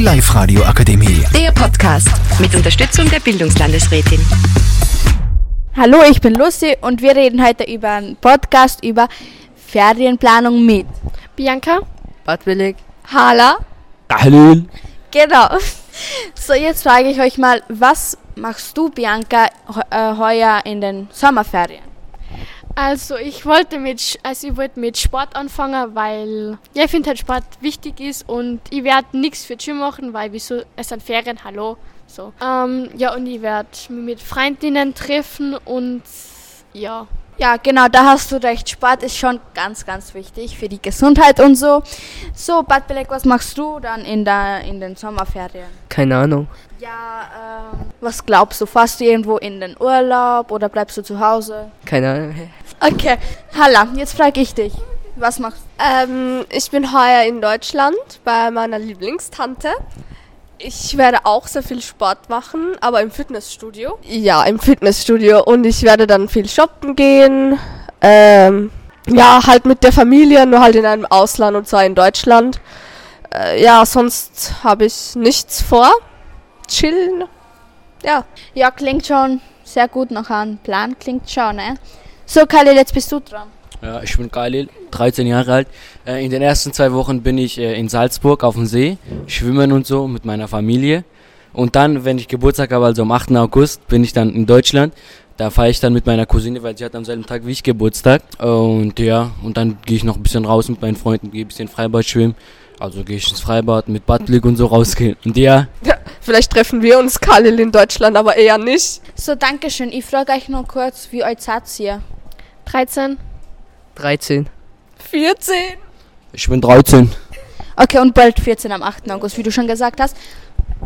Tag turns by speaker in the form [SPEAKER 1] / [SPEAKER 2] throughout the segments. [SPEAKER 1] Live radio akademie
[SPEAKER 2] Der Podcast mit Unterstützung der Bildungslandesrätin.
[SPEAKER 3] Hallo, ich bin Lucy und wir reden heute über einen Podcast über Ferienplanung mit
[SPEAKER 4] Bianca?
[SPEAKER 5] Badwillig.
[SPEAKER 3] Hala.
[SPEAKER 6] Tahlil.
[SPEAKER 3] Genau. So, jetzt frage ich euch mal, was machst du, Bianca, heu- äh, heuer in den Sommerferien?
[SPEAKER 4] Also ich wollte mit, Sch- also ich wollte mit Sport anfangen, weil ja, ich finde halt Sport wichtig ist und ich werde nichts für Gym machen, weil wieso, es sind Ferien, hallo. So. Ähm, ja, und ich werde mich mit Freundinnen treffen und ja.
[SPEAKER 3] Ja, genau, da hast du recht. Sport ist schon ganz, ganz wichtig für die Gesundheit und so. So, Bad Belek, was machst du dann in, der, in den Sommerferien?
[SPEAKER 5] Keine Ahnung.
[SPEAKER 3] Ja, ähm, was glaubst du? Fährst du irgendwo in den Urlaub oder bleibst du zu Hause?
[SPEAKER 5] Keine Ahnung.
[SPEAKER 3] Okay, Hala, jetzt frage ich dich. Was machst du?
[SPEAKER 7] Ähm, ich bin heuer in Deutschland bei meiner Lieblingstante. Ich werde auch sehr viel Sport machen, aber im Fitnessstudio. Ja, im Fitnessstudio. Und ich werde dann viel shoppen gehen. Ähm, ja, halt mit der Familie, nur halt in einem Ausland und zwar in Deutschland. Äh, ja, sonst habe ich nichts vor. Chillen. Ja.
[SPEAKER 3] Ja, klingt schon sehr gut nach einem Plan. Klingt schon, ne? So, Khalil, jetzt bist du dran.
[SPEAKER 6] Ja, ich bin Khalil, 13 Jahre alt. Äh, in den ersten zwei Wochen bin ich äh, in Salzburg auf dem See, schwimmen und so mit meiner Familie. Und dann, wenn ich Geburtstag habe, also am 8. August, bin ich dann in Deutschland. Da feiere ich dann mit meiner Cousine, weil sie hat am selben Tag wie ich Geburtstag. Und ja, und dann gehe ich noch ein bisschen raus mit meinen Freunden, gehe ein bisschen Freibad schwimmen. Also gehe ich ins Freibad mit Badblick und so rausgehen. Und ja,
[SPEAKER 7] Vielleicht treffen wir uns, Kalil, in Deutschland, aber eher nicht.
[SPEAKER 3] So, Dankeschön. Ich frage euch nur kurz, wie alt seid ihr?
[SPEAKER 4] 13.
[SPEAKER 5] 13.
[SPEAKER 7] 14.
[SPEAKER 6] ich bin 13.
[SPEAKER 3] Okay, und bald 14 am 8. August, wie du schon gesagt hast.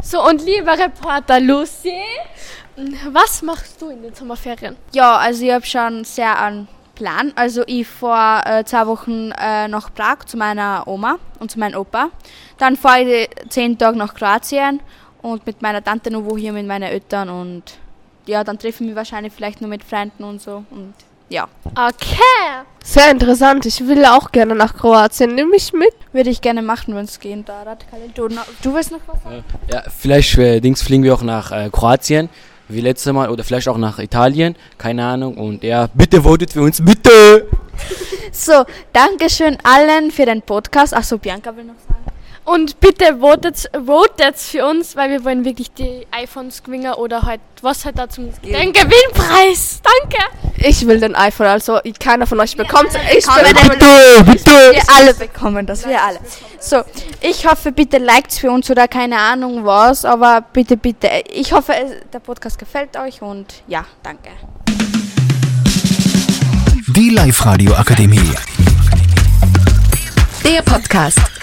[SPEAKER 4] So, und lieber Reporter Lucy, was machst du in den Sommerferien?
[SPEAKER 3] Ja, also ich habe schon sehr einen Plan. Also ich fahre äh, zwei Wochen äh, nach Prag zu meiner Oma und zu meinem Opa. Dann fahre ich die zehn Tage nach Kroatien und mit meiner Tante noch wo hier mit meinen Eltern und ja, dann treffen wir wahrscheinlich vielleicht nur mit Freunden und so und ja.
[SPEAKER 4] Okay.
[SPEAKER 7] Sehr interessant. Ich will auch gerne nach Kroatien. Nimm mich mit.
[SPEAKER 3] Würde ich gerne machen, wenn es gehen darf. Du, noch- du willst noch was sagen?
[SPEAKER 6] Ja, vielleicht äh, Dings fliegen wir auch nach äh, Kroatien, wie letztes Mal, oder vielleicht auch nach Italien, keine Ahnung. Und ja, bitte votet für uns, bitte!
[SPEAKER 3] So, Dankeschön allen für den Podcast. Achso, Bianca will noch sagen.
[SPEAKER 4] Und bitte votet, votet für uns, weil wir wollen wirklich die iPhones gewinnen oder halt, was halt dazu Den Gewinnpreis. Danke.
[SPEAKER 7] Ich will den iPhone, also ich- keiner von euch bekommt. Ich
[SPEAKER 3] Komm,
[SPEAKER 7] will
[SPEAKER 6] Bitte, bitte!
[SPEAKER 3] Wir alle bekommen das, wir alle. So, ich hoffe, bitte liked für uns oder keine Ahnung was, aber bitte, bitte. Ich hoffe, es- der Podcast gefällt euch und ja, danke.
[SPEAKER 1] Die Live radio akademie
[SPEAKER 2] Der Podcast